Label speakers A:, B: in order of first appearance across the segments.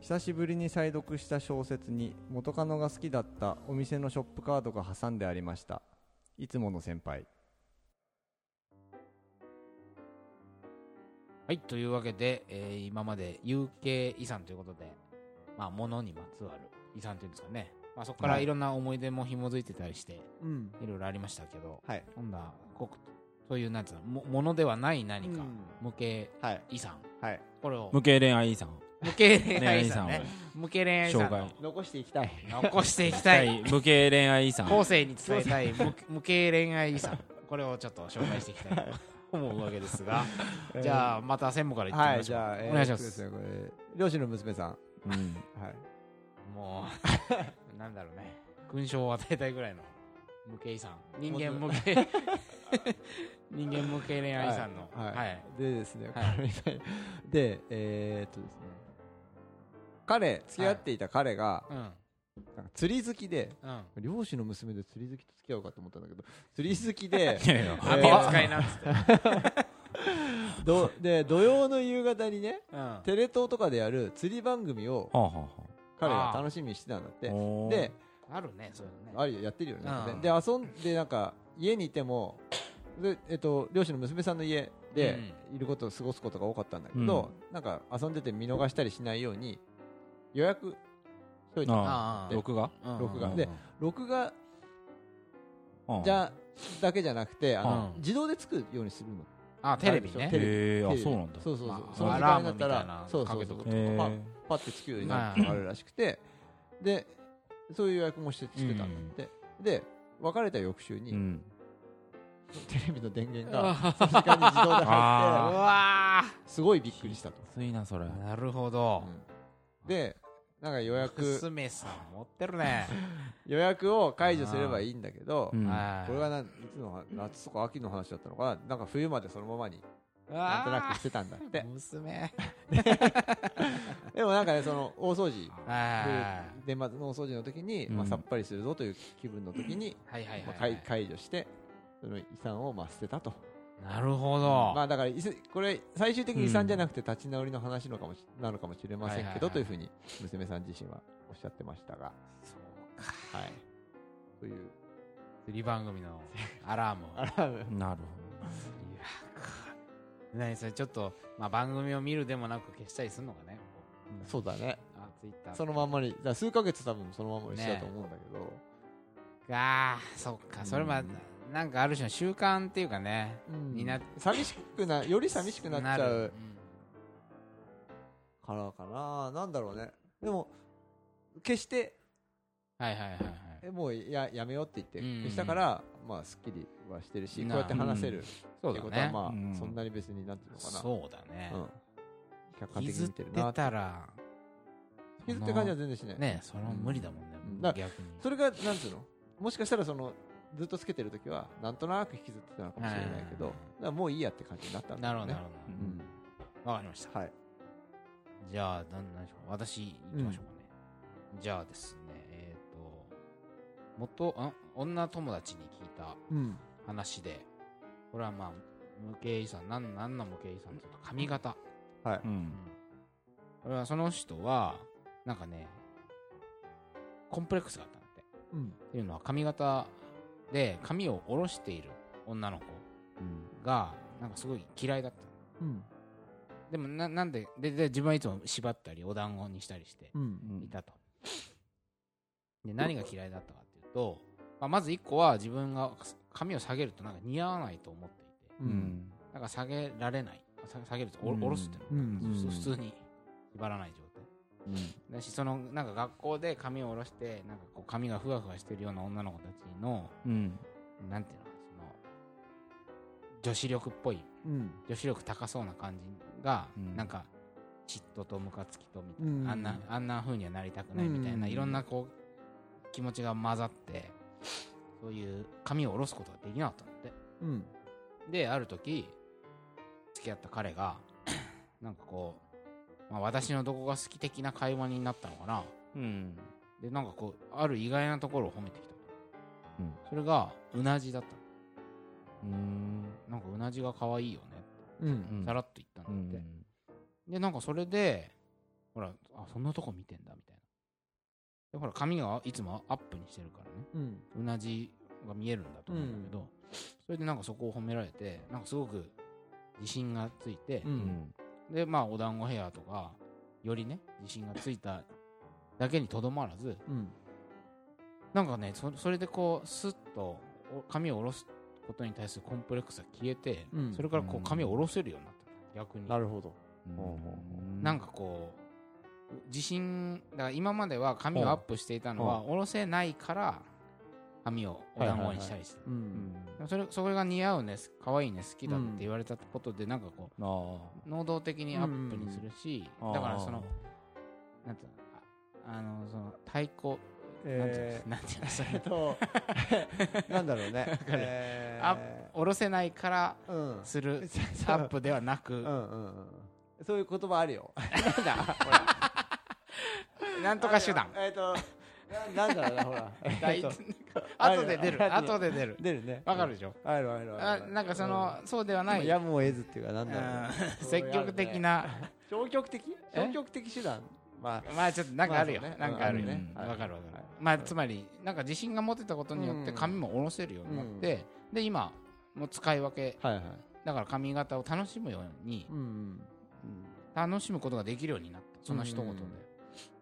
A: 久しぶりに再読した小説に元カノが好きだったお店のショップカードが挟んでありましたいつもの先輩
B: はい、というわけで、えー今まで有形遺産ということで、まあ、物にまつわる遺産というんですかね。まあ、そこから
A: はい
B: いろんな思い出も紐づいてたりして、
C: うん。
B: いろいろありましたけど、
A: はい
B: 今度は、こそういう、なんつうの、もものではない何か、無形
A: はい
B: 遺産。
A: はい
B: これを、
D: 無形恋愛遺産を
B: 無形恋
D: 恋
B: 愛
D: 愛
B: 遺
D: 遺
B: 産
D: 産を
B: ね。無形恋愛遺産の
A: 残していきたい
B: 残していき たい。
D: 無形恋愛遺産
B: 後世に伝えたい無無形恋愛遺産。これをちょっと紹介していきたいと思うわけです が、じゃあ、また専務からいってみ
A: は
B: ま
A: い
B: し
A: じ
B: ょう。
A: ゃあ、えー
B: お願いしま。
A: そうですねこれ漁師の娘さん
D: うん
A: はい
B: も う、なんだろうね。勲章を与えたいぐらいの無形遺産。人間無形、 人間無形恋愛遺産の。
A: は
B: はいい。
A: でですね、
B: はい
A: これみたいな でえー、っとですね彼付き合っていた彼が、
B: うん。
A: なんか釣り好きで
B: うん。
A: 漁師の娘で釣り好きと付き合おうかと思ったんだけど釣り好き で
D: いやいや
B: あび扱いなんつって。
A: どで土曜の夕方にね
B: うん。
A: テレ東とかでやる釣り番組を
D: はあはあは
A: 彼が楽しみにしてたんだっ
D: あ
A: て
D: おー
A: で
B: あるね、そういうのね。
A: あるやってるよねなんかね
B: うん
A: で遊んでなんか家にいてもでえっと漁師の娘さんの家でいることを過ごすことが多かったんだけど、なんか遊んでて見逃したりしないように予約しといて
D: あ
B: あ
D: あ
B: あ
D: 録画
B: うん
A: 録画
B: うん
A: で録画じ
D: あ
A: ゃだけじゃなくてあの、
B: うん
A: 自動でつくようにするの
B: あ、テレビ
A: テレ
B: ね。
A: ビ
D: へえあ
A: テレビ
D: そうなんだ
A: そうそうそう、
B: まあ
A: その時間になった
B: アラームみたいな
A: ら
B: の
A: そうそう
B: かけとく
A: そう
B: と
D: へ
A: パ
D: え
A: パッてつくようになるのがあるらしくてでそういう予約もしてしてたんだって、で別れた翌週に、
D: うん
A: テレビの電源
B: う
A: が
B: わ
A: その時間に自動で入っ
B: う
D: あ
A: て
B: わ
A: すごいびっくりしたと、
D: ついなそれ
B: ーなるほど
A: う。んでなんか予約
B: 娘さん持ってるね。
A: 予約を解除すればいいんだけど、
D: うん
B: はい
A: これはなんいつの話夏とか秋の話だったのかななんか冬までそのままに
B: うわー
A: なんとなくしてたんだって
B: 娘。
A: でもなんかねその大掃除
B: あー
A: で年末の大掃除の時に、
D: うん
A: まあ、さっぱりするぞという気分の時に、
B: はいはい
A: まあ、
B: は
A: 解
B: い。
A: 解除してその遺産をまあ捨てたと
B: なるほど。
A: まあだから遺産これ最終的に遺産じゃなくて立ち直りの話のかもしなのかもしれませんけど
B: はいはいはい
A: というふうに娘さん自身はおっしゃってましたが
B: そう
A: はいという
B: 釣り番組のアラームを。
A: アラーム
D: なる
B: いやー何それちょっと、まあ、番組を見るでもなく消したりするのかね
A: そうだね
B: あツイッター
A: そのまんまにだから数ヶ月多分そのまんまにしてたと思うんだけど、
B: あーそっかそれまあなんかある種の習慣っていうかね
A: うん
B: にな
A: 寂しくなより寂しくなっちゃ
B: る
A: うからかななんだろうねでも決して
B: うんはいはいはいはい
A: えもうややめようって言って
B: うんうんうん
A: 消したから、まあすっきりはしてるしこう
B: なあ
A: やって話せるって
B: そ
A: いうこ
B: う
A: と
B: だ
A: は
B: ね
A: まあ、
D: うん
A: そんなに別になんていうのかな
B: そうだね
A: うん、客観的に
B: 譲っ
A: 見て
B: て
A: るな
B: たら
A: 傷って感じは全然しない、
B: ねそれは無理だもん
A: うん
B: ね
A: だ
B: 逆に
A: それがなんつうのもしかしたらそのずっとつけてる時はなんとなく引きずってたのかもしれないけど、
B: うん
A: だからもういいやって感じになったんだ
B: なる
A: よ
B: ほ
A: ね
B: どなる
D: ほ
A: うん
B: ほどわかりました
A: はい
B: じゃあ、なんなんでしょうか。私、行きましょうかね。じゃあですね、えっ、と、元、ん女友達に聞いた
A: うん
B: 話で、これはまあ、無形遺産、なん、なんの無形遺産ちょっと髪型。
A: はい
B: う
D: どう
B: ん
D: ん。
B: これはその人は、なんかね、コンプレックスがあったんだって。
A: うん
B: っていうのは髪型で髪を下ろしている女の子が、なんかすごい嫌いだった。
A: うん
B: でもな、なんで、で、で、自分はいつも縛ったり、お団子にしたりして、
A: うん
B: いたと。で何が嫌いだったかっていうと、まあ、まず1個は自分が髪を下げるとなんか似合わないと思っていて
A: う
D: うんん
B: だから下げられないさ下げるとお
D: うん
B: 下ろすっていう
A: う
B: の、
A: ん
B: 普通
D: うん
B: 普通に縛らない状態だしそのなんか学校で髪を下ろしてなんかこう髪がふわふわしてるような女の子たちの
D: うん
B: なんていうのその女子力っぽい
A: うん
B: 女子力高そうな感じが、
D: うん
B: なんか嫉妬とムカつきとみたいな、
A: うん
B: あんなあんな風にはなりたくないみたいな、
A: うん
B: いろんなこう気持ちが混ざってそういう髪を下ろすことができなかったんだっ
A: うん
B: てである時付き合った彼が なんかこう、まあ、私のどこが好き的な会話になったのかな
D: うん
B: でなんかこうある意外なところを褒めてきた、
D: うん
B: それがうなじだった
D: うん
B: なんかうなじが可愛いよね
A: うん
B: さらっと言ったんだって、
D: うん
B: でなんかそれでほら、あ、そんなとこ見てんだ、みたいな。で、ほら、髪がいつもアップにしてるからね、
A: うん。
B: うなじが見えるんだと思うんだけど、それでなんかそこを褒められて、なんかすごく自信がついて
A: う、。
D: うんん
B: で、まあ、お団子ヘアとか、よりね、自信がついただけにとどまらず、
A: うん。
B: なんかね、そそれでこう、スッとお髪を下ろすことに対するコンプレックスが消えて、
A: うん
B: それからこ
D: うん
B: う髪を下ろせるようになった。逆に。
A: なるほど。ほうほうほ
D: うん
B: なんかこう、自信、だから今までは髪をアップしていたのは、下ろせないから、髪をお団子にしたりして。
A: う。
D: うんん
B: でもそれそれが似合うね、可愛いね、好きだって言われたことで、なんかこ
D: あー
B: う、能動的にアップにするし、
D: あー
B: だからその、なんていうの、ああの、その、対抗、なんていう
A: え
B: の、なんていうの、そ
A: ーえっ
B: れ
A: と、 なんだろうね。えー
B: ア下ろせないから
A: うん。
B: す る
A: そう
B: アップではなく
A: う、んうんうん。そういう言葉あるよ。
B: なんだ、なんとか手段。
A: えっと、ななんだろうな、ほ ら。えっと
B: 後で出る、
A: あるよ
B: 後で出る。
A: 出るね。
B: わかるでしょ
A: あるあるあ
B: あ
A: る。
B: なんかその、そうでは
A: うん、
B: ない、
A: やむを得ずっていうか、な
B: うん
A: だろうね
B: ん
A: そう
B: 積極的な、
A: 消極的
B: え
A: 消極的手段。ま
B: まあちょっとなんかあるよ、
A: まあそうね
B: なんかあるよ
D: うん
B: ね
A: あるね
B: わ、
A: はい
B: かるわかる、
A: はい
B: まあつまりなんか自信が持てたことによって
A: うん
B: 髪も下ろせるようになって、で今もう使い分け
A: あ、はいはい。
B: だから髪型を楽しむように、
A: うん。
B: 楽しむことができるようになったその一言で、
A: うん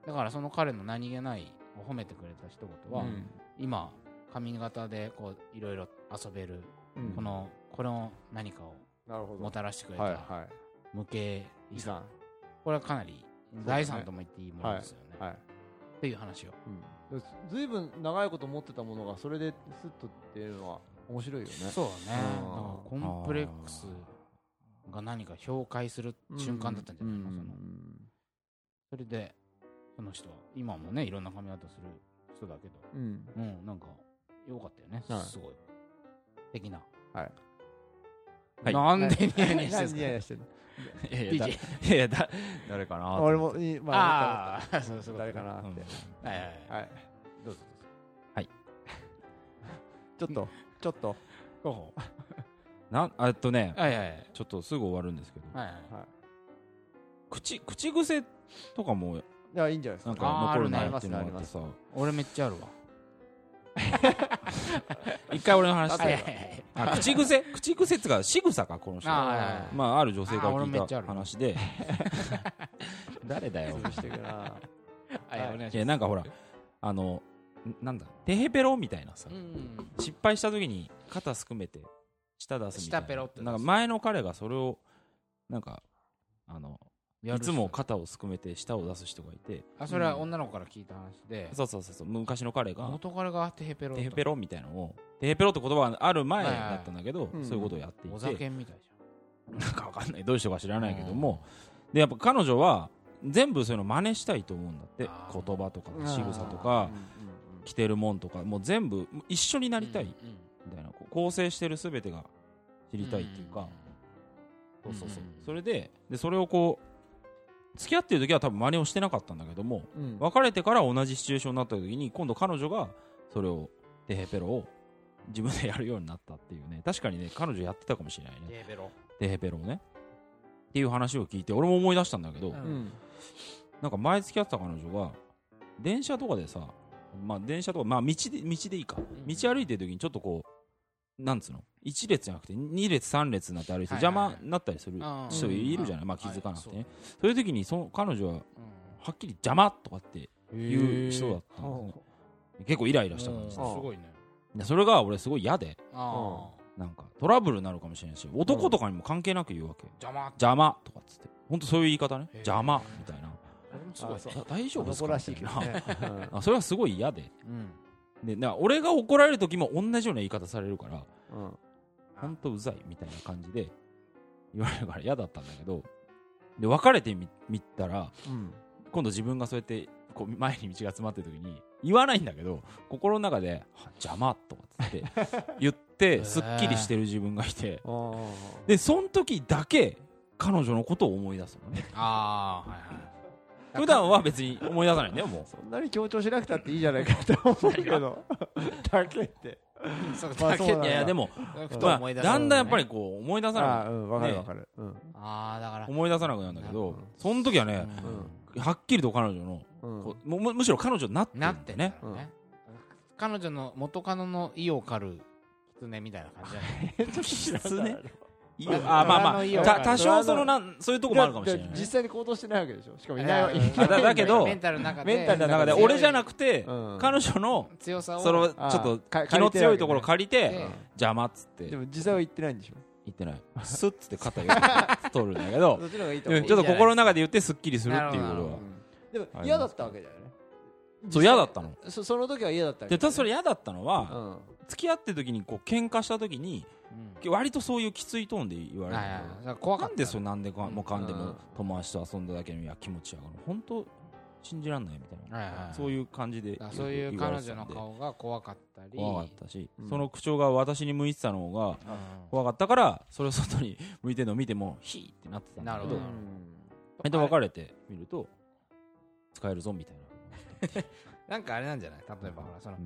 B: だからその彼の何気ないを褒めてくれた一言は、
A: うん
B: 今髪型でこういろいろ遊べる、
A: うん
B: こ、のこの何かを
A: なるほど。
B: もたらしてくれた、
A: はいは
B: 無形
A: い。
B: 遺
A: 遺
B: 産
A: 産。
B: これはかなり財産とも言っていいものですよね。
A: はい。
B: っていう話を。
A: うん、ずいぶん長いこと持ってたものがそれですっとっていうのは面白いよね
B: そうだ
A: うん
B: ね。だからコンプレックスが何か評価する瞬間だったんじゃないの、
A: う
B: その
A: ん
B: それで、その人は、今もね、いろんな髪型する人だけど、
A: うん
B: うん、なんか、良かったよね。
A: はい
B: すごい。的な。
A: はい
D: はい
B: なんでニヤニヤ
A: 何ニヤニ
B: してるんで
A: ヤ
B: す
A: してんの
D: いやいやだ
B: DJ
D: いやいやだ誰かな
A: 俺もいい
B: か
A: まあ
B: ああ、そうそう。
A: 誰か
B: は
A: なっ
D: うん
A: て、
B: いはいはい。
A: はい
B: どうぞ
A: ちょっとちょっと
B: どうぞ。
D: なんえっとね
B: はいはいはい。
D: ちょっとすぐ終わるんですけど
B: はいはい。
D: 口口癖とかも
A: いやいいんじゃないです
D: な
A: か
D: んか残るなっていうの
A: あーあ
D: が
A: るね
D: あってさ
B: 俺めっちゃあるわ。
D: 一回俺の話し
B: はいは
D: て
B: いはい。
D: あ口癖口癖っつうか仕草かこの人
B: あーはいはいはい
D: まあある女性から
B: あー俺め
D: 聞
B: っ
D: い
B: ちゃあ
D: た
B: る
D: 話で誰だよ
A: 潰していく な
B: はい、お願いし
D: い
B: ま
D: や
B: す。
D: なんかほらあのんなんだテヘペロみたいなさ
B: うん。
D: 失敗した時に肩すくめて舌出すみたいな
B: 舌ペロって出す
D: なんか前の彼がそれをなんかあの
B: やる
D: い
B: 人
D: つも肩をすくめて舌を出す人がいて
B: あそれは女の子から聞いた話で、
D: そうそうそうそう昔の彼が
B: 元彼がテヘペロだ
D: テヘペロみたいなのをテヘペロって言葉がある前
B: はいはい
D: だったんだけど
A: うん
D: そういうことをやって
B: お
D: いて
B: 酒みたいじ
D: なんかわかんないどういう人か知ら
B: ゃん
D: ないけどもでやっぱ彼女は全部そういうの真似したいと思うんだって
B: あー
D: 言葉とか
A: うん
D: 仕草とか
A: うんうん
D: 着てるもんとかもう全部一緒に
B: や
D: なりたいみたいなこう構成してる全てが知りたいっていうか、
B: うん
D: そうそうそう、
B: うん
D: それででそれをこう付き合ってる時は多分真似をしてなかったんだけども
A: うんうん
D: 別れてから同じシチュエーションになった時に今度彼女がそれをテヘペロを自分でやるようになったっていうね確かにね彼女やってたかもしれないね
B: テヘペロ
D: テヘペロをねっていう話を聞いて俺も思い出したんだけど、
B: うん
A: うん
D: なんか前付き合ってた彼女が電車とかでさまあ電車とかまあ道で道でいいか
B: ん
D: 道歩いてる時にちょっとこうなんつうの1列じゃなくて2列3列になって歩いて邪
B: はいはい
D: 魔
B: はい
D: になったりする
B: あー
D: 人いるじゃない、
B: うん
D: まあ気づかなくてね、
B: はい
D: そういう時にその彼女ははっきり邪魔とかって言う人だったんですね
A: ほ
D: 結構イライラした感じ
B: す
D: で
A: うん
B: ごいね
D: でそれが俺すごい嫌で
B: ああ
D: なんかトラブルになるかもしれないし男とかにも関係なく言うわけ
B: 邪魔
D: 邪魔とかっつってほんとそういう言い方ね
B: へー
D: 邪魔みたいな
B: 俺もすごい
A: あそう
D: だ大丈夫です
A: 男
D: からみ
A: しい
D: たい
A: けど
D: な
A: ねうん
D: あそれはすごい嫌で
B: うん
D: でな俺が怒られる時も同じような言い方されるから
A: うん
D: ほんとうざいみたいな感じで言われるから嫌だったんだけどで別れてみみたら
A: うん
D: 今度自分がそうやってこう前に道が詰まってる時に言わないんだけど心の中では「邪魔」とかっつって 言ってすっきりしてる自分がいて
A: あー
D: でその時だけ彼女のことを思い出す のね
B: ああはいはい
D: 普段は別に思い出さないんだよ も
A: そんなに強調しなくたっていいじゃないかと思うけ どだけって
B: そう
A: まあ
B: だけ
A: そう
D: う
A: ないん
D: やいやでも、
B: ふと
D: ま
B: 思
D: あ、
B: い出す
D: だんだんやっぱりこう思い出さない
A: ああうんわかるわかるうん
B: ああだから
D: 思い出さなくなるんだけど、その時はね、
B: うん
A: うん
D: はっきりと彼女の、
A: うん
D: こうむむむしろ彼女になってるんだ
B: な
D: よ
B: ってんだ よね、彼女の元カノの意を狩る狐みたいな感じだ ね
D: 狐いいよ あまあま
B: 虎の意
D: あ
B: を
D: た多少そのなんそういうとこもあるかもしれない
A: だ
D: ね
A: って実際に行動してないわけでしょしかもいないわ
B: あ
A: いない
D: あだだけど
B: メンタルの中で
A: メンタル
D: だから
A: 中で
D: 俺じゃな
B: て
D: くて
A: うん
D: 彼女の
B: 強さを
D: そのちょ
A: あ
D: っと
A: か
D: 気の強いところ借り
B: 借り
D: て
B: て
D: 邪魔っつって
A: で
D: 言
A: も実際は行ってないんでしょ
D: ってないスッつって肩よく取るんだけど
A: そっちの方がいいと
D: う
A: 思
D: ん
A: う
D: ちょっと心の中で言ってすっきりするっていうこ
B: なる
D: と
B: ほ
D: は
B: ど
A: でも嫌だったわけだよね
D: そう嫌だったの
A: そその時は嫌だったわけ
D: で
A: だ
D: た
A: よ
D: だそれ嫌だったの
A: う
D: は
A: ん
D: 付き合ってる時にこう喧嘩した時に
B: うん
D: 割とそういうきついトーンで言わ
B: はい
D: れる
B: はいは
D: の
B: いだから怖か
D: な
B: った
D: んでそうなんでかもかんで
A: う
D: も
A: ん
D: 友達と遊んだだけのいや気持ちやから本当信じらんないみたいな
B: はいはいはい
D: そういう感じで
B: だからそういう
D: 言わ
B: 彼
D: れてた
B: 女
D: ん
B: の
D: で
B: 顔が怖かったり
D: 怖かったし、
A: うん
D: その口調が私に向いてたのが
B: う
D: 怖かったからそれを外に向いてるのを見てもヒーってなってたんだ
B: な
D: け
B: る
D: ど
B: ほど
D: で別れてみると使えるぞみたい
B: んなんかあれなんじゃない例えばほらそ
D: な、
B: の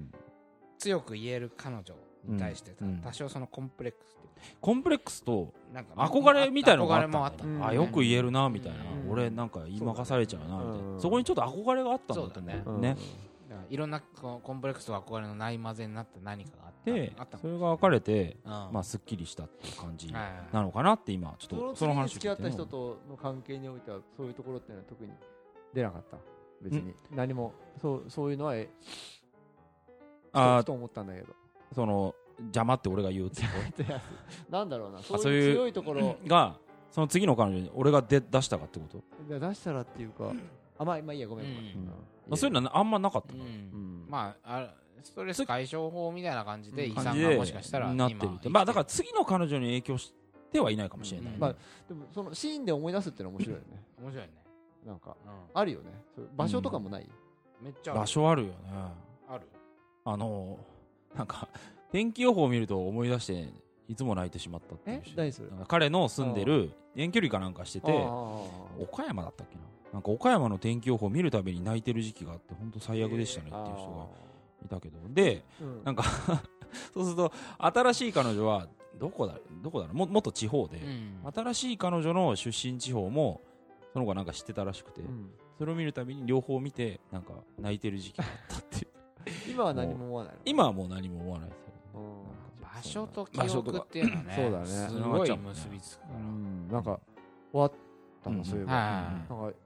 B: 強く言える彼女に対して
D: うん
B: 多少そのコンプレックスっていう
D: コンプレックスと
B: かなんか
D: 憧れみたいのがあったん
B: 憧れ
D: だ
B: もあったんだ
D: あよく言えるなみたいな、
A: うん
D: 俺なんか言い任されちゃうなみたいな、
A: うん
D: そこにちょっと憧れがあったんだと思う
B: そう
A: うん
D: ね
B: だからいろんなこうコンプレックスと憧れのない混ぜになった何かがあった
D: で
B: あった
D: それが別れて、
B: ま
D: まあ、すっきりしたっていう感じ
B: はい
D: なのかなって今ちょっ
A: その
D: と
A: 次
D: その
A: に
D: 話
A: 付き合った人
D: 聞いてね
A: との関係においてはそういうところっていうのは特に出なかった別に何もそうそういうのはえ
D: あ
A: ふと思ったんだけど
D: ーその邪魔って俺が言うってこと
A: なんだろうな
D: そ
A: そうう
D: い
A: いうう強いところ
D: が その次の彼女に俺が出出したかってこと、
A: いや出したらっていうかあまあまあいいやごめんごめん
B: うん
A: ん
D: あそういうのはあんまなかった
B: う
D: の、
A: うんん
B: まああストレス解消法みたいな感じで
A: うん
B: 遺
D: 感
B: 産
D: じ
B: が
D: で
B: もしかしたら
D: なってるってまあだから次の彼女に影響してはいないかもしれない、
B: うん
A: まあでもそのシーンで思い出すってのは面白いよね
B: ら面白いね
A: なんか
B: う
A: あるよねそう場所とかもない
B: んめっちゃある
D: 場所あるよね
B: ある
D: あのーなんか天気予報を見ると思い出していつも泣いてしまったっていう人
A: 何それ
D: なんか彼の住んでる遠距離かなんかして
A: あ
D: て
A: あ
D: 岡山だったっけななんか岡山の天気予報を見るたびに泣いてる時期があって本当最悪でしたねっていう人がいたけどで
A: うん
D: なんか そうすると新しい彼女はどこだどこだろうももっと地方で、
B: うん
D: 新しい彼女の出身地方もその子がなんか知ってたらしくて、
A: うん
D: それを見るたびに両方見てなんか泣いてる時期があったっていう
A: 今は何も思わないの
D: 今はもう何も思わないですよ
A: うん
B: 場所と記
D: 場所と
B: 憶
D: か
B: っていうのはね
A: そうだね
B: すごい結びつくか
A: うんなんか終わった
D: うん
A: のそういえ
B: ら
A: ば
B: は
D: うん
A: なんか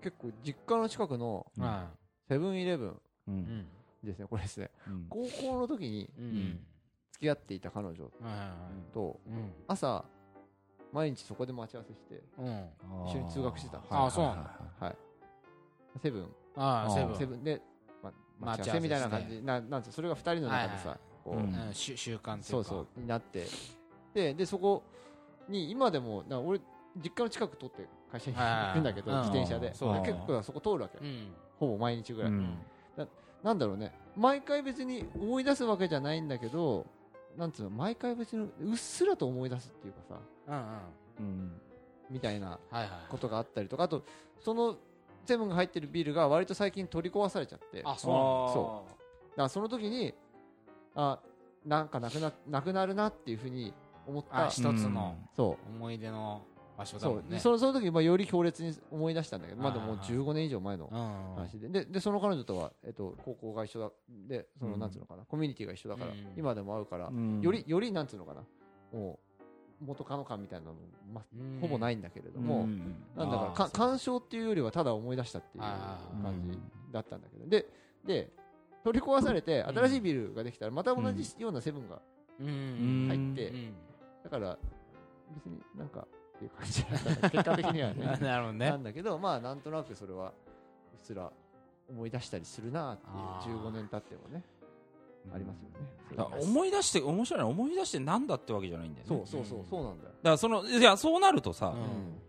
A: 結構実家の近くの
B: いは
A: セブンイレブン
D: うん
B: いうん
A: ですねこれですね
D: うん
A: 高校の時に
B: うんん
A: 付き合っていた彼女
B: はいはいは
A: と
B: いうん
A: 朝毎日そこで待ち合わせして
B: うん
A: 一緒に通学してた
D: はい
B: あそう
D: は
B: ないん
D: は
B: だ
D: い
A: はいセブン
B: ああ
D: あー
B: セブン
A: セブンでま待
B: 待
A: ち
B: ち
A: 合わせ
B: 合わせ
A: みたいな感
B: し
A: じななんつうそれが二人の中で
B: は
A: さこ
D: う
A: うん
B: うんしゅ習慣ってい
A: そう
B: か
A: そうになってででそこに今でもな俺実家の近く通って会社に
B: はいはい
A: 行くんだけど
B: うん
A: 自転車で
D: そう
A: 結構そこ通るわけ
B: うん
A: ほぼ毎日ぐらい、
D: うん
A: なんだろうね毎回別に思い出すわけじゃないんだけどなんつうの毎回別にうっすらと思い出すっていうかさ
B: うんうん
D: うん
A: みたいな
B: はいはい
A: ことがあったりとかあとそのセブンが入ってるビールが割と最近取り壊されちゃって
B: あそうなんだ
A: そだからその時にあなんかなくななくなるなっていうふうに思った
B: あ一つの
A: そう
B: 思い出の場所だ
A: そ
B: も
A: うんで
B: ね
A: そのその時、まあ、より強烈に思い出したんだけど、まあ、でももう
B: あー
A: 15年以上前の
B: うんうん
A: 話で、ででその彼女とは、えっと、高校が一緒だ、で、その、
D: うん
A: なんつうのかな、コミュニティが一緒だから
B: うんうん、
A: 今でも会うから
D: う、ん
A: より、より、なんつうのかな、もう、元カノ感みたいなのも、ま
B: うん
A: ほぼないんだけれど
D: うん
A: も、
D: うん
A: なんだから
B: あ
A: か、
B: ー
A: 干渉っていうよりは、ただ思い出したっていう
B: あー
A: 感じだったんだけど、で、で、取り壊されて、
B: うん
A: 新しいビルができたら、また同じようなセブンが
B: う
D: うん
B: ん
A: 入って
B: う、ん
A: だから、別になんか、っていう感じだったんだけど結果的にはね。
B: なるほど
A: な
B: ね
A: んだけど、まあなんとなくそれはうっすら思い出したりするなって
B: あ
A: いう
B: ー
A: 15年経ってもねありますよね
D: だから
A: そういうの
D: 思い出して面白いのは思い出してなんだってわけじゃないんだよね
A: そうそうそうそうなんだよ、
D: だからそのいやそうなるとさ、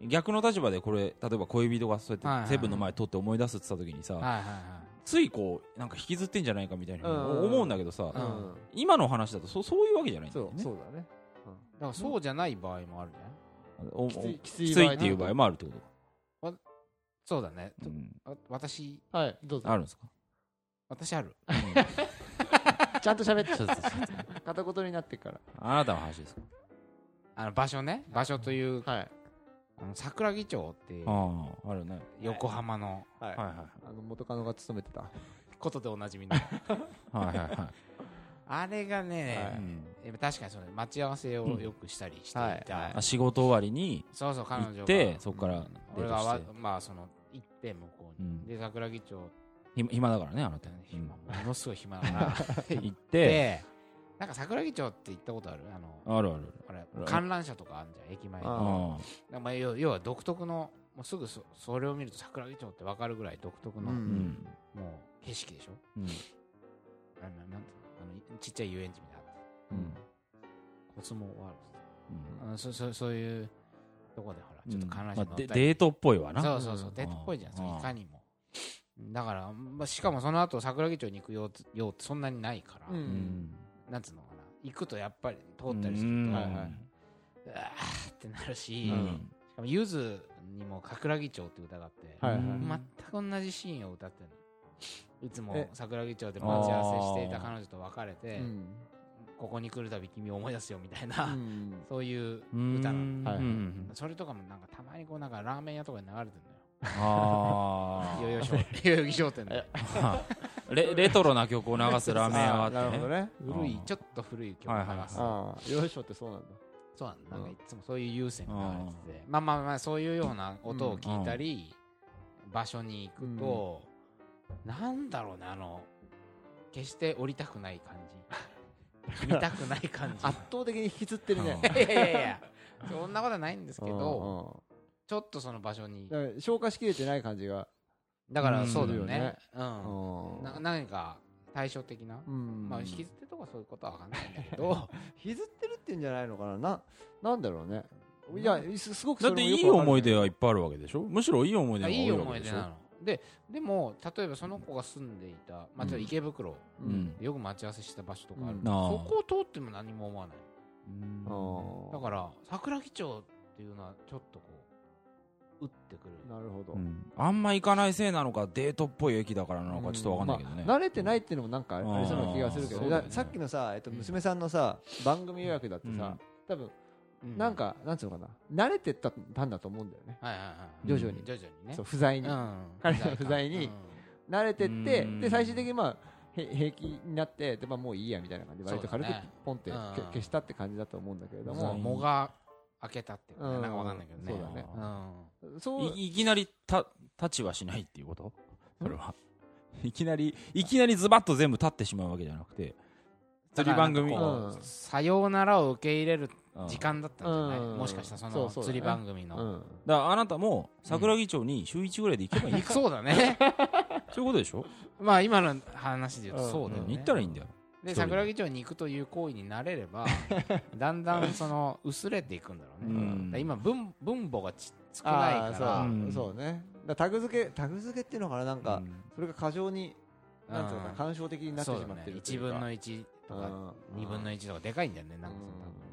B: うん
D: 逆の立場でこれ例えば恋人がそう
B: はい
D: や
B: は
D: っ
B: い
D: てセブンの前通って思い出すって言った時にさ、
B: はいはいは
D: ついこうなんか引きずってんじゃないかみたいな
A: うん
D: 思うんだけどさ、
A: うんん
D: 今の話だとそそういうわけじゃないんだ
A: そ
D: よ
A: う
D: ね
A: そうだね
B: いだからそうじゃない場合もあるじゃん
D: おお
A: きついきつ
D: き
A: い
D: つ
A: 場合
D: いっていう場合もあるってことか、
B: そうだね
D: うん
B: あ私
A: はいど うぞ
D: あるんですか、
B: 私ある
A: ちゃんと喋っ
D: ちょ
A: て
D: っとちょっと
A: 片言になってっから
D: あなたの話ですか
B: あの場所ね場所という
A: はい
B: あの桜木町って
D: あああるね
B: 横浜の
A: はい
D: はい
A: あの元カノが勤めてた
B: ことでおなじみの
D: はいはいはいは
B: あれが
D: い、う
B: ね、
D: ん
B: やっぱ確かにその待ち合わせをよくしたりしていた、
A: うんはいはい
D: あ仕事終わりに
B: そうそう彼女が
D: 行ってそこか
B: う
D: ら
B: ん
D: デートして
B: 俺がわまあその行って向こうに、
D: うん
B: で桜木町っ
D: ひ暇だからねあな
B: て
D: た、ね、
B: 暇ものすごい暇だ から
D: うん
B: 行っ
D: 行って
B: てなんか桜木町って行ったことあるあの
D: あるある
B: あれ
D: うん
B: 観覧車とかあるじゃん駅前に
A: あー
D: あ
B: なんかまあ要要は独特のもうすぐそそれを見ると桜木町って分かるぐらい独特の、
A: う
D: あうんん
B: もう景色でしょ
D: うん
B: あのなんていうのあのちっちゃい遊園地みたいなのあって
D: うん
B: コスモワール
D: うん
B: ドあのそそそういうとこでほらちょっと観覧車
D: ま
B: 乗
D: あ
B: っ
D: で
B: たり
D: デートっぽいわな
B: そうそうそううんデートっぽいじゃん
D: あー
B: そのいかにもだから、まあ、しかもその後桜木町に行く用つ用ってそんなにないから、
A: うん
D: うん
B: なんつうのかな行くとやっぱり通ったりす
D: う
B: ると
D: ん
B: う
A: は
B: わ
A: いは
B: ーってなる
D: う
B: し、し
D: ん
B: かもゆずにも桜木町って歌があって、
A: はいはい
D: うん
B: 全く同じシーンを歌ってるのいつも
A: え
B: 桜木町で待ち合わせしていた彼女と別れて、
A: うん
B: ここに来るたび君を思い出すよみたいうな、
A: ん
B: そういう
D: うん
B: 歌なの、
A: はいはい
D: うん
B: それとかもなんかたまにこうなんかラーメン屋とかに流れてる
D: ああ
B: のよ代々木商店代々木商店で
D: レレトロな曲を流すラーメン屋 があ
A: あー
D: って
A: なるほ
D: ね
A: どね
B: 古い
D: あー
B: ちょっと古い曲を流
D: はいはいはい
B: す
A: ああよいしょってそうなんだ
B: そうなんだ
A: う
B: なんんかいつもそういう優先が流れててまあまあまあそういうような音を聞いたり場所に行くとなんだろうねあの決して降りたくない感じ見たくない感じ
A: 圧倒的に引きずってるね
B: いやいやいやそんなことはないんですけど
A: うん
B: ちょっとその場所
A: う
B: に
A: んだから消化しきれてない感じが
B: だからそうだよ
A: うん
B: ねう
A: うんん
B: な何か対照的な
A: うん
B: まあ引きずってとかそういうことは分かんないんだけ ど
A: 引きずってるっていうんじゃないのかなななんだろうねいやすすごく
D: だ
A: そ
D: っ
A: れも
D: てい
A: よく
D: い
A: わかる
D: 思い出はいっぱいあるわけでしょむしろいい思い出
B: あ
D: が
B: い
D: 多
B: い
D: いわ
B: 思
D: け
B: い
D: で
B: 出
D: し
B: な
D: ょ
B: のででも例えばその子が住んでいた、まあ、ちょっと池袋、
A: うん
B: よく待ち合わせした場所とかある、
A: うん
D: あー
B: そこを通っても何も思わない
A: あ
B: だ
A: あ
B: から桜木町っていうのはちょっとこう打ってくる
A: なるほど
D: うんあんま行かないせいなのかデートっぽい駅だからなのかちょっとわかんないけどね
A: まあ慣れてないっていうのもなんかあり
D: うん
A: ありそうな気がするけ
B: そ
A: ど
B: うだ
A: だ
B: よね
A: さっきのさ、えっと、
B: うん
A: 娘さんのさ番組予約だってさ、多分なん、か、なんつうのかな慣れてったたんだと思うんだよね
B: う、はいはいは
A: 徐々に
B: い、徐々にね
A: そう不在
B: う
A: に、
B: ん
A: 彼らの不在に慣れてって
D: うん
A: で最終的にまあへ平気になってで、まあ、もういいやみたいな感じで割と軽く
B: そうだね
A: ポンってけ、
B: うん
A: 消したって感じだと思うんだけれ
B: う
A: ど
B: ん、
A: も
B: もう藻が開けたっていうかね、
A: うん
B: なんかわかんないけどね
A: そうだね
B: うん
A: そう
D: いいきなりた立ちはしないっていうことそれは いきなりいきなりズバッと全部立ってしまうわけじゃなくて釣り番組
B: だからなんかこう
A: うん
B: さようならを受け入れる
D: うん
B: 時間だったんじゃない、
A: うん
B: もしかしたらそ
A: そ
B: の
A: うそうだね
B: 釣り番組の、
A: うん
D: だからあなたも桜木町に週1ぐらいで行けばいい
B: そうだね
D: そういうことでしょ
B: まあ今の話で言うとそうだよ
D: うん
B: ね
D: 行ったらいいんだよ
B: で
D: 一人で
B: 桜木町に行くという行為になれれ ばだんだんその薄れていくんだろうね、
D: う
B: だ
D: ん
B: から今分分母がち少な
A: あ
B: いか
A: あ
B: ら
A: ーそう,、
D: うん
A: そうねだからタグ付けタグ付けっていうのかななんか、
D: うん
A: それが過剰に
B: うん
A: なんつうのかな干渉的になってし
B: そう
A: ま
B: だ
A: っ
B: ね
A: てるとい
B: 1
A: うか
B: 分の1とか2分の
A: 1
B: 1とかでかいんだよねなんかその多分
A: う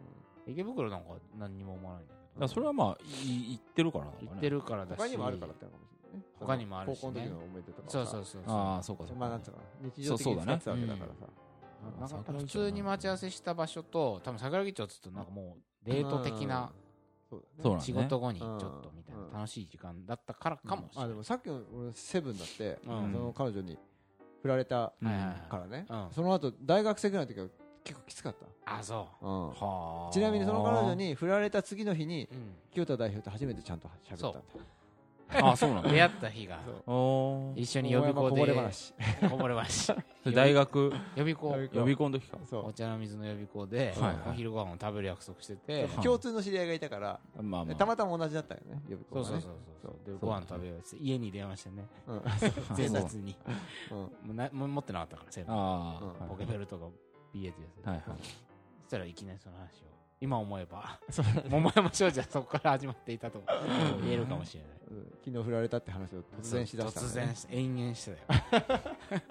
B: 池袋なんか何にも思わないんだ
D: だ
B: け
D: か
B: ど
D: らそれはまあい行ってるからだからね
B: 行ってるからだ
A: ん他に
B: し
A: もあるからってのかもしれないね
B: 他にもあるしね
A: 高校の時の思い出とか
B: そうそううそうそう
D: ああそうかそうか
A: まあなんつうか日常的に使ってたわけだからさ
B: なんか
D: 桜
B: 普
D: 木町な
B: 通に待ち合わせした場所と多分桜木町っつうとなんかもうデート的な
A: そう
D: そうなんだね
B: 仕事後にちょっとみたい
A: うん
B: な楽しい時間だったからかもし
A: あ
B: れない
A: でもさっきの俺セブンだってそ
B: うん
A: の彼女に振られた
D: うん
B: はいはいはい
A: からね
B: うん
A: その後大学生ぐらいの時は結構きつかった
B: あそ
A: うん
D: はあ
A: ちなみにその彼女に振られた次の日に
B: う、
A: 清田代表と初めてちゃんと喋ったんだ
D: あそうなんだ
B: 出会った日が
A: そう
D: おー
B: 一緒に予備校で
A: こぼれ 話
B: こぼれ話
D: それ 大学
B: 予備校
D: 予備校の時か
A: そ
B: お茶の水の予備校で
D: はいはい
B: お昼ご飯を食べる約束してて
A: う共通の知り合いがいたから
D: まあまあ
A: たまたま同じだったよね予備
B: そ
A: 校
B: う
A: が
B: そう
A: ね
B: そうそう
D: そう
B: でご飯食べようっつって家に電話して ね
A: うん
B: 前日に
A: うん
B: もうなもう持ってなかったからセーブ
D: ああ
A: うん
B: ポケベルとか BA ってやつ
D: はいはい
B: そしたらいきなりその話を今思えば 桃山商事はそこから始まっていたと言えるかもしれない
A: うん昨日振られたって話を突然しだしたん
B: 突
A: だね
B: 然し延 々してたよだか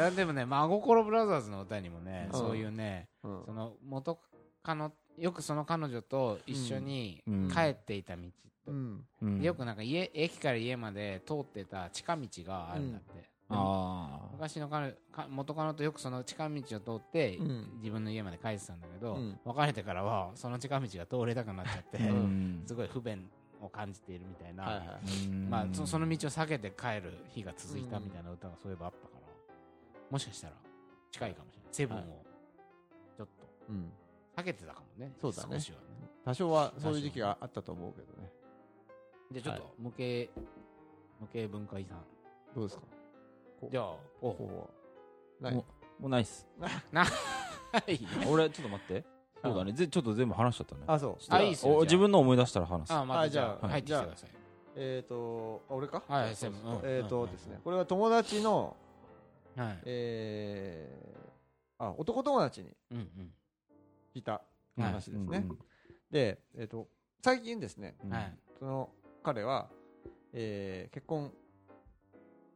B: らでもね「真心ブラザーズ」の歌にもね、
A: うん
B: そういうね
A: うん
B: その元カノよくその彼女と一緒に
D: うん
B: 帰っていた道、
A: うん
D: うん
B: よくなんか家駅から家まで通ってた近道があるんだって、
D: ああ
B: 昔の彼か元カノとよくその近道を通って、
A: うん
B: 自分の家まで帰ってたんだけど、
A: うん
B: 別れてからはその近道が通れなくなっちゃって、
A: ん
D: うん
B: すごい不便を感じているみたいな、
A: はいはい
B: まあ、そその道を避けて帰る日が続いたみたいな歌がそういえばあったから、もしかしたら近いかもしれないセブンをちょっ
A: うん、
B: と避けてたかもね
A: そうだね
B: 少しはね
A: 多少はそういう時期があったと思うけどね
B: じゃあちょっと無形、無形文化遺産
A: どうですか
B: じゃあお
A: 方法はない
D: おもうないっす
B: はい
D: 俺ちょっと待ってそうだねぜちょっと全部話しちゃったね
A: あそう
D: ちょっと
B: あいいっすよじ
D: お
B: ゃあ
D: 自分の思い出したら話す
B: あまた
A: あ
B: じ
A: じゃあ
B: ゃあ入ってきてください
A: えっ、とあ俺か
B: はいはい
A: あそうそう
B: 専務うん
A: えっ、
B: うん
A: と
B: うん
A: ですねこれは友達の
B: はい
A: えー、あ男友達に
B: うんうん
A: 聞いた話ですね、
D: うん
A: で、えー、と最近ですね
D: うん
B: はい
A: その彼は、えー結婚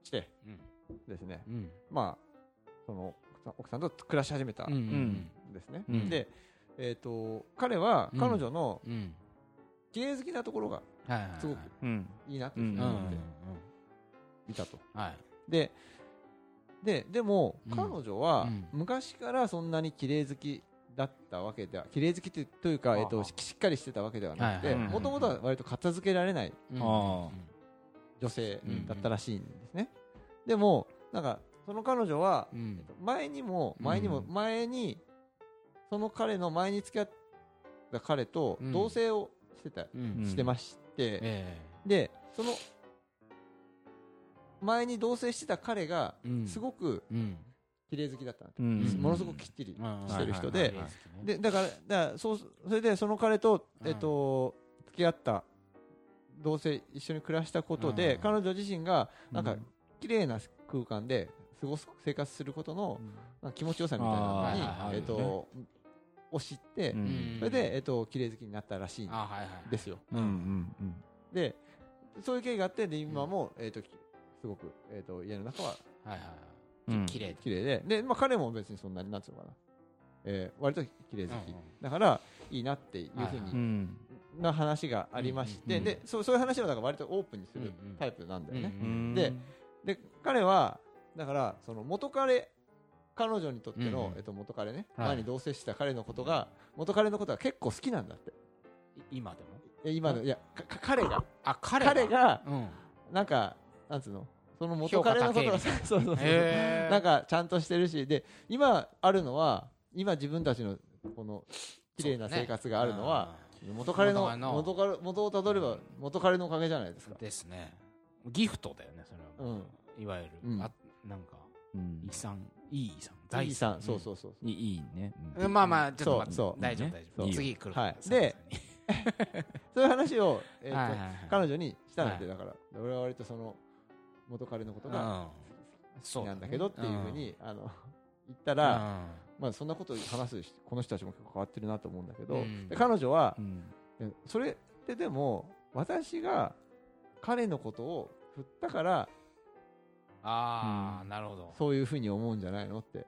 A: して
B: うん
A: ですね
B: うん
A: まあその奥さんと暮らし始めた
B: うんうん
A: ですね、
D: うん
A: で、えー、と彼は
B: うん
A: 彼女の
B: うん
A: 綺麗好きなところが
B: はいはいはい
A: すごく
D: うん
A: いいなっていうふうに
B: うんうんう
A: 思って
B: ん
A: 見たと、
B: はい
A: でででも
B: うん
A: 彼女は
B: うん
A: 昔からそんなに綺麗好きだったわけでは綺麗好きってというか、
D: あ
A: えっと、ししっかりしてたわけではなく
B: は
A: て
D: いはいはい
A: もともとは割と片付けられない
B: うん
D: あ
A: 女性だったらしいんですね、でもなんかその彼女は
B: うんうん
A: 前にも前にも
B: うん
A: 前にその彼の前に付き合った彼と
B: うん
A: 同棲をしてた、
B: うん
A: してまして、
B: え
A: でその前に同棲してた彼が
B: えうん
A: すごく
B: うん
A: 綺麗好きだったの、
D: うん
B: うん
A: ものすごくきっちり
B: うん
A: してる人
B: はい
A: で
B: はいはいはい
A: でだからだからそうそれでその彼と、
B: うん
A: えっと付き合った同棲一緒に暮らしたことで、
B: うん
A: 彼女自身がなん
D: う
A: か
D: ん
A: 綺麗な空間で過ごす生活することのなんか気持ちよさみたいなのに
B: あーはいはいはい
A: えっとを知って、
D: うん
B: うん
A: それで、えっと綺麗好きになったらしいん
B: あはいはい
A: ですよ。
D: うんうんうん
A: でそういう経緯があってで今も、えっときすごく、えっと家の中は
B: はいはいは
D: うん
B: い綺麗だ
A: 綺麗でで、まあ、彼も別にそんなになんつうのかな、えー割と綺麗好き、
B: うんうん
A: だからいいなっていうふう
B: はい
D: うんう
A: に
D: ん
A: な話がありまして、
D: うんうん
A: でそうそういう話はだから割とオープンにす
B: うんう
A: る
B: ん
A: タイプなんだよね、
D: うん
A: でで彼はだからその元彼彼女にとっての、
B: うんうん
A: えっと、元彼ね、
B: はい
A: 前に同棲してた彼のことが元彼のことが結構好きなんだって
B: い今でも
A: え今のいやかか彼が
B: あ彼
A: 彼が
B: うん
A: なんかなんつうのその元彼のことが
B: 評価
A: そうそうそう
B: へー
A: なんかちゃんとしてるしで今あるのは今自分たちのこの綺麗な生活があるのは、元彼
B: 元
A: の
B: 彼の
A: 元彼元をたどれば元彼のおかげじゃないです
B: そう
A: か
B: ねですねギフトだよねそれはもう、いわゆる、
A: うん
B: あなんか
D: うん
B: 遺産いい遺産
A: 財産そう
B: う
A: そうそう
D: いいいね
B: んまあまあちょっと待って
A: そう
D: そう
B: 大丈夫大
D: ね
A: そ
B: 丈夫
A: う
B: 次来る
A: はい
B: さん
A: でそういう話をえーと
B: はいはいはい
A: 彼女にしたんだって
B: は
A: だから俺は割とその元彼のこと
B: さん
A: が
B: うん
A: 好
B: そ
A: き
B: う
A: なん
B: ね
A: だけどっていうふうにあの言った
B: う
A: ら
B: ん
A: まあそんなことを話す人この人たちも結構変わってるなと思うんだけ
B: う
A: ど
B: ん
A: で彼女は
D: うん
A: えそれってでも私が彼のことを振ったから
B: ああ、
D: うん
B: なるほど
A: そういうふうに思うんじゃないのって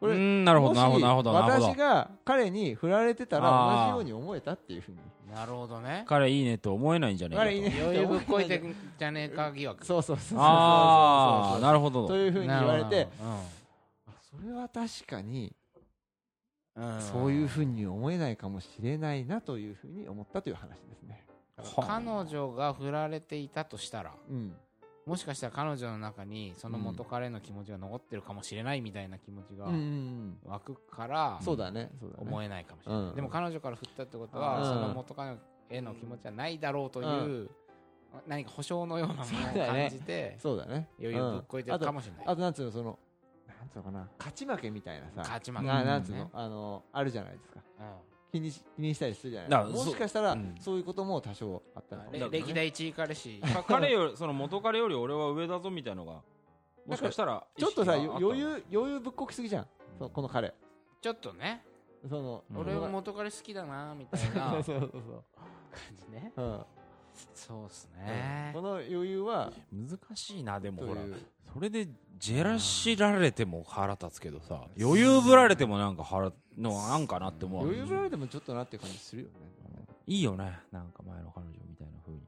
A: こ
D: う
A: れ
D: んなるほどなるほどなるほどなるほど
A: もし私が彼に振られてたら同じように思えたっていうふうに
B: なるほどね
D: 彼いいねと思えないんじゃねえかと
A: 彼いいね
B: 余裕ぶっこいてんじゃねえか疑惑
A: そうそうそうそうそうそうそう
D: ああなるほど
A: というふうに言われて
B: なるほ
A: あそれは確かに
B: どうん
A: そういうふうに思えないかもしれないなというふうに思ったという話ですね。
B: 彼女が振られていたとしたら
A: うん、
B: もしかしたら彼女の中にその元彼の気持ちが残ってるかもしれないみたいな気持ちが
A: うんうん
B: 湧くから
A: うん、そうだねそうだね
B: 思えないかもしれない、
A: うん
B: でも彼女から振ったってこと
A: う
B: は
A: ん
B: その元彼への気持ちはないだろうという、何か保証のようなも
A: そう
B: のを
A: だね
B: 感じて、
A: そうだね
B: 余裕ぶっこいてるかもしれ
A: う
B: な
A: んあ
B: い、
A: とあとなんつうのそのなんつうのかな勝ち負けみたいなさ
B: 勝ち負け
A: ななんつう
B: う
A: の
B: ん
A: あのあるじゃないですか
B: う
A: 気にし気にしたりするじゃないですか
D: だから
A: もしかしたら、
D: そううん
A: そういうことも多少あったのかも
B: ん
D: だからね
B: れ歴代1位彼 氏
D: か彼よりその元彼より俺は上だぞみたいのがもしかしたら
A: ちょっとさ
D: 意識があ
A: 余
D: たの
A: 裕余裕ぶっこきすぎじゃん、そのこの彼
B: ちょっとね
A: その、
D: うん
B: 俺
A: も
B: 元彼好きだなみたい な
A: そうそ
B: 感
A: うそうそう
B: じね
A: うん
B: そうっす
A: うん
B: ね
A: この余裕は
D: 難しいなでも
A: とい
D: ほら
A: う
D: それでジェラシーられても腹立つけどさ余裕ぶられてもなんか腹のあんかなって思う
A: 余裕ぶられてもちょっとなっていう感じするよね
D: いいよねなんか前の彼女みたいな風に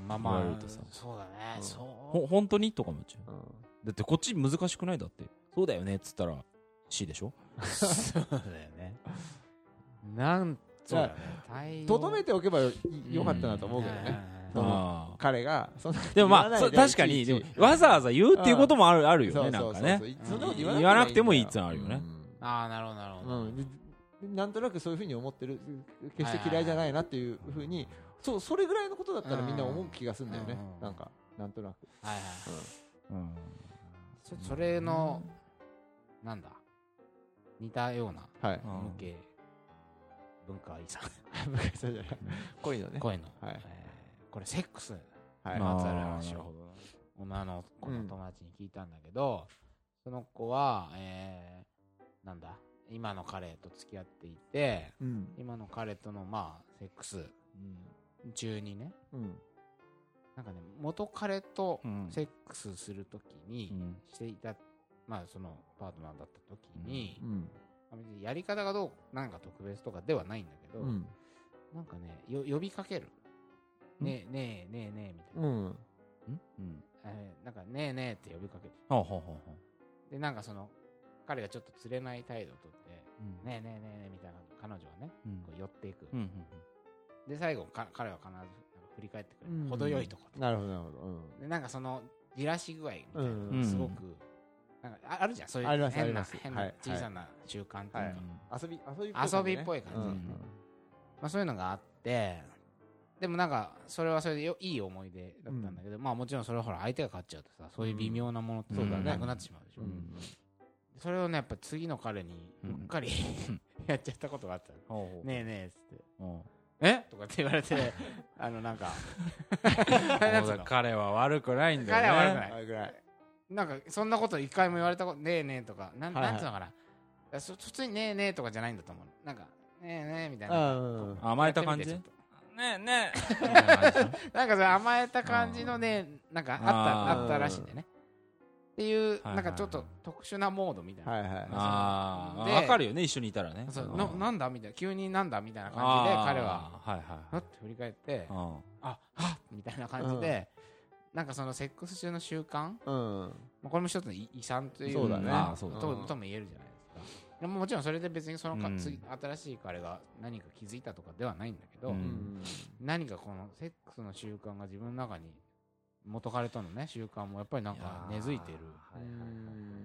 B: うんまあ
D: 言わ
B: ま
D: れる
B: あ
D: とさ
B: そうだね、
A: うん
B: そう
D: ほ本当にとかも言っちゃう
A: うん
D: だってこっち難しくないだってそうだよねっつったら C でしょ
B: そうだよねなんそうだよね対応
A: とどめておけばよよかったなと思うけど
B: はいは
A: ね、
B: いはい
A: その
D: あー
A: 彼がそんな
D: でもま
A: 言
D: あ
A: わな
D: そう
A: いで
D: 確かに
A: いち
D: で
A: い
D: も
A: ち
D: わざわざ言うっていうこともあるあるよねな
A: そ
D: ん
A: う
D: か
A: そうそう
D: ね
A: そうそんなこと言わ
D: 言わな
A: なく
D: くて
A: て
D: も
A: も
D: い
A: い
D: い
A: い
D: っ
A: ん
D: て
A: だ
D: の
A: よ
D: はあるよね
B: ああなるほどなるほ
A: う
B: ど、
A: んでなんとなくそういうふうに思ってる決して嫌いじゃないなっていうふうにそうそれぐらいのことだったらみんな思う気がするんだよね
B: うん
A: なんかなんとなく
B: はいはい
D: うん
B: そそれのなんだ似たような
A: はい
D: うん
B: 無形文化遺産
A: 向井さんじゃない恋のね
B: こういうの、
A: はい
B: えーこれセックス
A: はいはい
B: まあまつわる話を
D: なるほど
B: 女の子
A: う
B: の
A: ん
B: 友達に聞いたんだけど、その子は、えーなんだ今の彼と付き合っていて
A: うん
B: 今の彼とのまあセックス中にね
A: うん
B: なんかね元彼と
D: うん
B: セックスするときに
D: うん
B: していた、まあそのパートナーだったときに
A: う、ん
B: まあ別にやり方がどうなんか特別とかではないんだけど、
A: うん
B: なんかねよ呼びかける。
D: ん
B: ねえねえねえねえみたいな、
A: うん
D: うん
B: えーなんかねえねえって呼びかける
D: ほうほうほうほ
B: でなんかその彼がちょっと釣れない態度をとって
D: う
B: ねえねえねえねえみたいな彼女はね
D: うん
B: こう寄っていく、
D: うんうん
B: で最後か彼は必ずなんか振り返ってくる、
A: うん
B: 程よいところ
A: なるほどなるほどうん
B: でなんかそのじらし具合みたいなの
A: うん
B: がすごく、なんかああるじゃんそういう
A: ありますあ
B: 変
A: りま
B: な
A: す
B: 変な
A: はい
B: 小さな習慣っていうか、
A: はい
B: ま
A: 遊び遊びっぽい感じね
B: 遊びっぽい感じ
A: うん
B: あ、そういうのがあってでもなんかそれはそれでよいい思い出だったんだけど、まあもちろんそれはほら相手が勝っちゃうとさそういう微妙なものって
D: うんそうだね
B: なくなってしまうでしょ、
A: うん
B: それをねやっぱ次の彼にうっかり、 やっちゃったことがあったの
D: ほうほう
B: ねえねえっつって
D: うん
B: えとかって言われてあのなんかなんつうの
D: 彼は悪くないんだよね
B: 彼は悪くない
A: あれぐらい
B: なんかそんなこと一回も言われたことねえねえとかなん,、
A: はいはい
B: なんつうのかないやそ普通にねえねえとかじゃないんだと思うなんかねえねえみたいな
A: あうんうん
D: 甘えた感じ
B: やっ
D: ね
B: てみてちょっ
D: えねえみたいな感じ
B: となんかそれ甘えた感じのねなんかあった
D: あ
A: ー
B: あったらしいんでねっていう
D: はいはい
B: なんかちょっと特殊なモードみたいな、
A: はいはい
D: あー
B: で
D: わかるよね一緒にいたらね
B: そううんななんだみたいな急になんだみたいな感じで
D: あー
B: 彼は
D: はいはい
B: ふ
D: は
B: っ
D: い
B: て振り返って
D: うん
B: あはっみたいな感じで、なんかそのセックス中の習慣
A: うん
B: まあこれも一つの遺遺産という
A: そうだ
B: か
A: ね
B: まあ
D: そう
A: だ
B: と
A: ね
B: とも言えるじゃないですか。でももちろんそれで別にそのか、
D: うん
B: 次新しい彼が何か気づいたとかではないんだけど、
D: う
A: うんん
B: 何かこのセックスの習慣が自分の中に元彼とのね習慣もやっぱりなんか根付いてる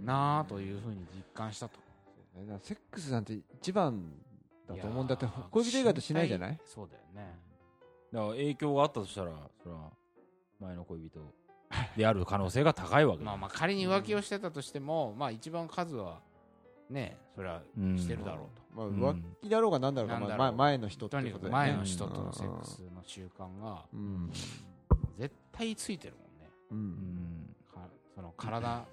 B: なあというふうに実感したと。
A: ねだからセックスなんて一番だと思うんだって
B: いやー
A: 恋人以外としないじゃない
B: そうだよね。
D: だから影響があったとしたらそれは前の恋人である可能性が高いわけだ
B: まあまあ仮に浮気をしてたとしても、まあ一番数はねそれは
D: うん
B: してるだろうと。
A: まあ
D: うん
A: 浮気だろうがなんだろうが
B: なんだろう
A: まあ前前の人って
B: とに
A: こ
B: か
A: と
B: く
A: で
B: 前の人とのセックスの習慣が
A: うん
B: 絶対ついてるもんね。
A: う
D: うんん
B: かその体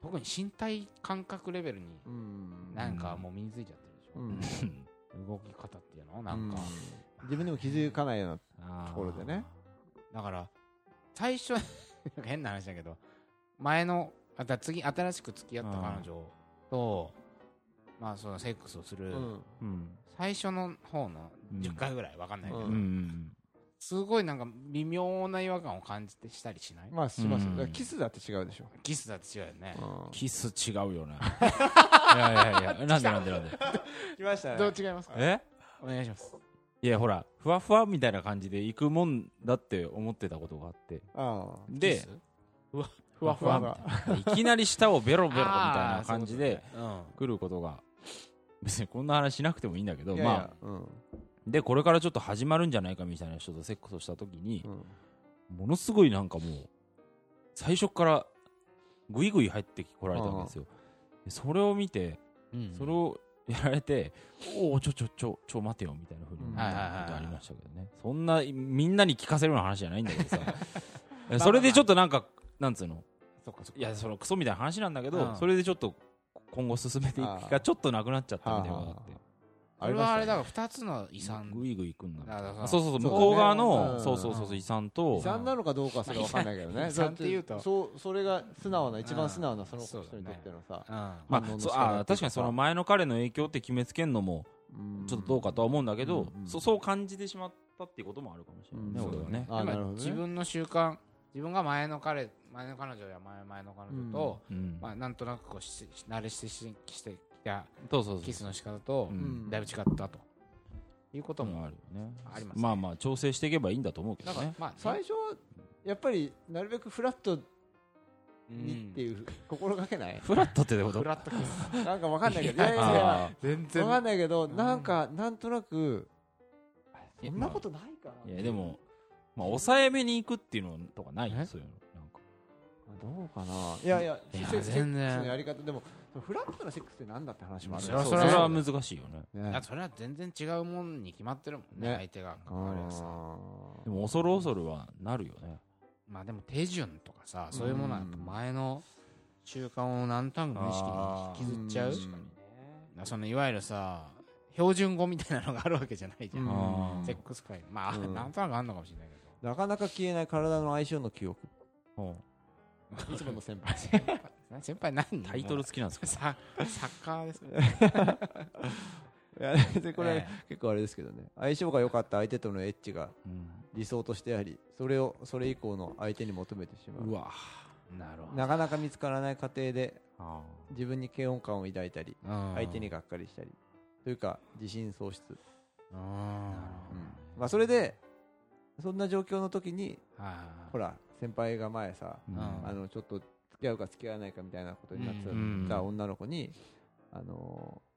B: 特に身体感覚レベルに
A: うん
B: なんかもう身についちゃってるでし
A: う
B: ょ、
A: ん
B: 動き方っていうのなんか、
A: うん自分でも気づかないような
B: あー
A: ところでね
B: だから最初 なんか変な話だけど前のあだ次新しく付き合った彼女とまあそのセックスをする、
A: うん
D: うん
B: 最初の方の
D: うん
B: 10回ぐらいわかんないけど、
A: う
D: うんうん
B: すごいなんか微妙な違和感を感じてしたりしない、
A: まあします
D: う
A: よ
D: ん
A: だからキスだって違うでしょ
B: キスだって違うよね、
A: うん
D: キス違うよねいやいやいやなんでなんでなんで
A: 来ました
B: どう違いますか
D: え
B: お願いします
D: いやほらふわふわみたいな感じで行くもんだって思ってたことがあって
A: ああ
B: キ
D: で
B: ス
D: ふわふわみたいないきなり舌をベロベロみたいな感じで
B: あーそういうことねうん
D: 来ることが別にこんな話しなくてもいいんだけど
A: いやいや
D: まあ
A: うん
D: でこれからちょっと始まるんじゃないかみたいな人とセックスをした時に
A: うん
D: ものすごいなんかもう最初からグイグイ入ってきこられたわけですよでそれを見て
B: うん
D: それをやられておおちょちょちょちょ待てよみたいなふうに思ったことありましたけどねそんなみんなに聞かせるような話じゃないんだけ どさそれでちょっとなんかなんつうの
B: そっかそっか
D: いやそのクソみたいな話なんだけ
B: う
D: ど
B: ん
D: それでちょっと今後進めていくがちょっとなくなっちゃったみたいなのがあって
B: それはあれだ
A: あ
B: から2つの遺産
D: グイグイ行くんだみたい
B: だか
D: な
B: ら
D: そうそうそう
A: そ
D: 向
A: うだね
D: こう側
A: う
D: の
A: ん
D: そうそうそうそう遺産
A: りま
D: と
A: したね遺産なのかどうかはそれは分かんないけど
B: まあ
A: ね
B: 遺産っていうと
A: だそうそれが素直な一番素直なその
B: そ
A: 人
B: うだ
A: に
B: ね
A: とってのさ
B: うんま
D: ま
A: 反応の
D: あそう
A: 仕方
D: あー確かにその前の彼の影響って決めつけんのも
A: うん
D: ちょっとどうかとは思うんだけど
A: うんうん
D: そそう感じてしまったっていうこともあるかもしれないね
A: うん
D: 俺はね
A: あなるほどね
B: 自分の習慣自分が前の彼前の彼女や前前の彼女と、
D: うん
B: まあ、なんとなくこうし慣れしてししてきた
D: そうそうそう
B: キスの仕方と
D: うん
A: うん
B: だいぶ違ったと、いうことも、
D: もあるよね
B: ありますね
D: まあまあ調整していけばいいんだと思うけど
B: だから
D: ね
B: まあね、
A: 最初はやっぱりなるべくフラットにって
B: う
A: いう心がけ ない
D: フラットってこ
B: ん
D: と
B: フラットキス
A: なんかわかんないけど
D: ああ
B: 全
A: わかん
B: あ
A: ないけど
B: ん
A: なんかなんとなく
D: いや
A: そんなことないかない
D: やでもまあ抑えめに行くっていうのとかない
B: え
D: そういうのなんか
A: どうかないやいや
B: いや
A: セックス
B: 全然
A: セックスのやり方でもフラットなセックスってなんだって話もある
D: そ
B: そ
D: れ
B: れ
D: は
B: は
D: それは難しいよね
A: ね
B: それは全然違うもんに決まってるもんね
A: ね
B: 相手が
A: あ
B: 関わるやつ
A: ー
D: でも恐る恐るはなるよね
B: まあでも手順とかさそういうものはやっぱ前の習慣を何単語の意識に引きずっちゃう
A: うん
B: 確かにねそのいわゆるさ標準語みたいなのがあるわけじゃないじゃん、
A: うん
D: あー
B: セックス界まあ、
A: うん
B: なんとなくあんのかもしれないけど
A: なかなか消えない体の相性の記憶いつもの先輩
B: な先輩何
D: タイトル好きなんですか
B: ササッカーですか
A: いやでこれ
B: え
A: 結構あれですけどね相性が良かった相手とのエッジが理想としてありそれをそれ以降の相手に求めてしまう
D: わ
B: えなるほど
A: なかなか見つからない過程で
D: あ
A: 自分に嫌悪感を抱いたり相手にがっかりしたりというか自信喪失、
B: うん
A: まあ、それでそんな状況の時に
B: はい
A: ほら先輩が前さ
D: ー
B: うん
A: あのちょっと付き合うか付き合わないかみたいなことになって
D: うん
A: た女の子にあのー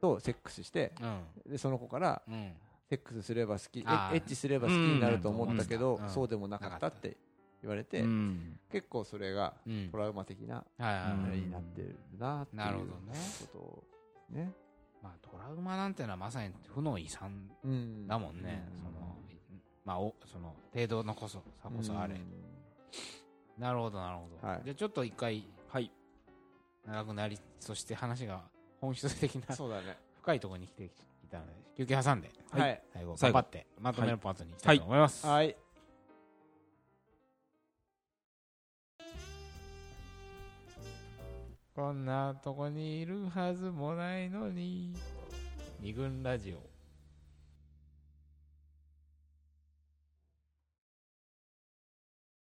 A: とセックスして
B: うん
A: でその子から
B: うん
A: セックスすれば好きえエ
B: あー
A: ッチすれば好きになると思ったけど
B: うんうん
A: そうでもなかったって言われて
D: うん
A: 結構それが
B: うん
A: トラウマ的な
B: はいはいはい
D: うん
A: になってるなっていう
B: なるほどね
A: ことをね
B: まあトラウマなんてのはまさに負の遺産
A: うん
B: だもんね、
A: う
B: そのまあおその程度のこそ差こそあれ、
A: う
B: なるほどなるほど、
A: はい
B: じゃあちょっと一回
D: はい
B: 長くなりそして話が本質的なん
A: そうだね
B: 深いところに来ていたので休憩挟んで
A: はい、
B: 最後
D: 最
B: 頑
D: 後
B: 張ってまとめのパートに行きたいと思います、
A: はい
B: こんなとこにいるはずもないのに二軍ラジオ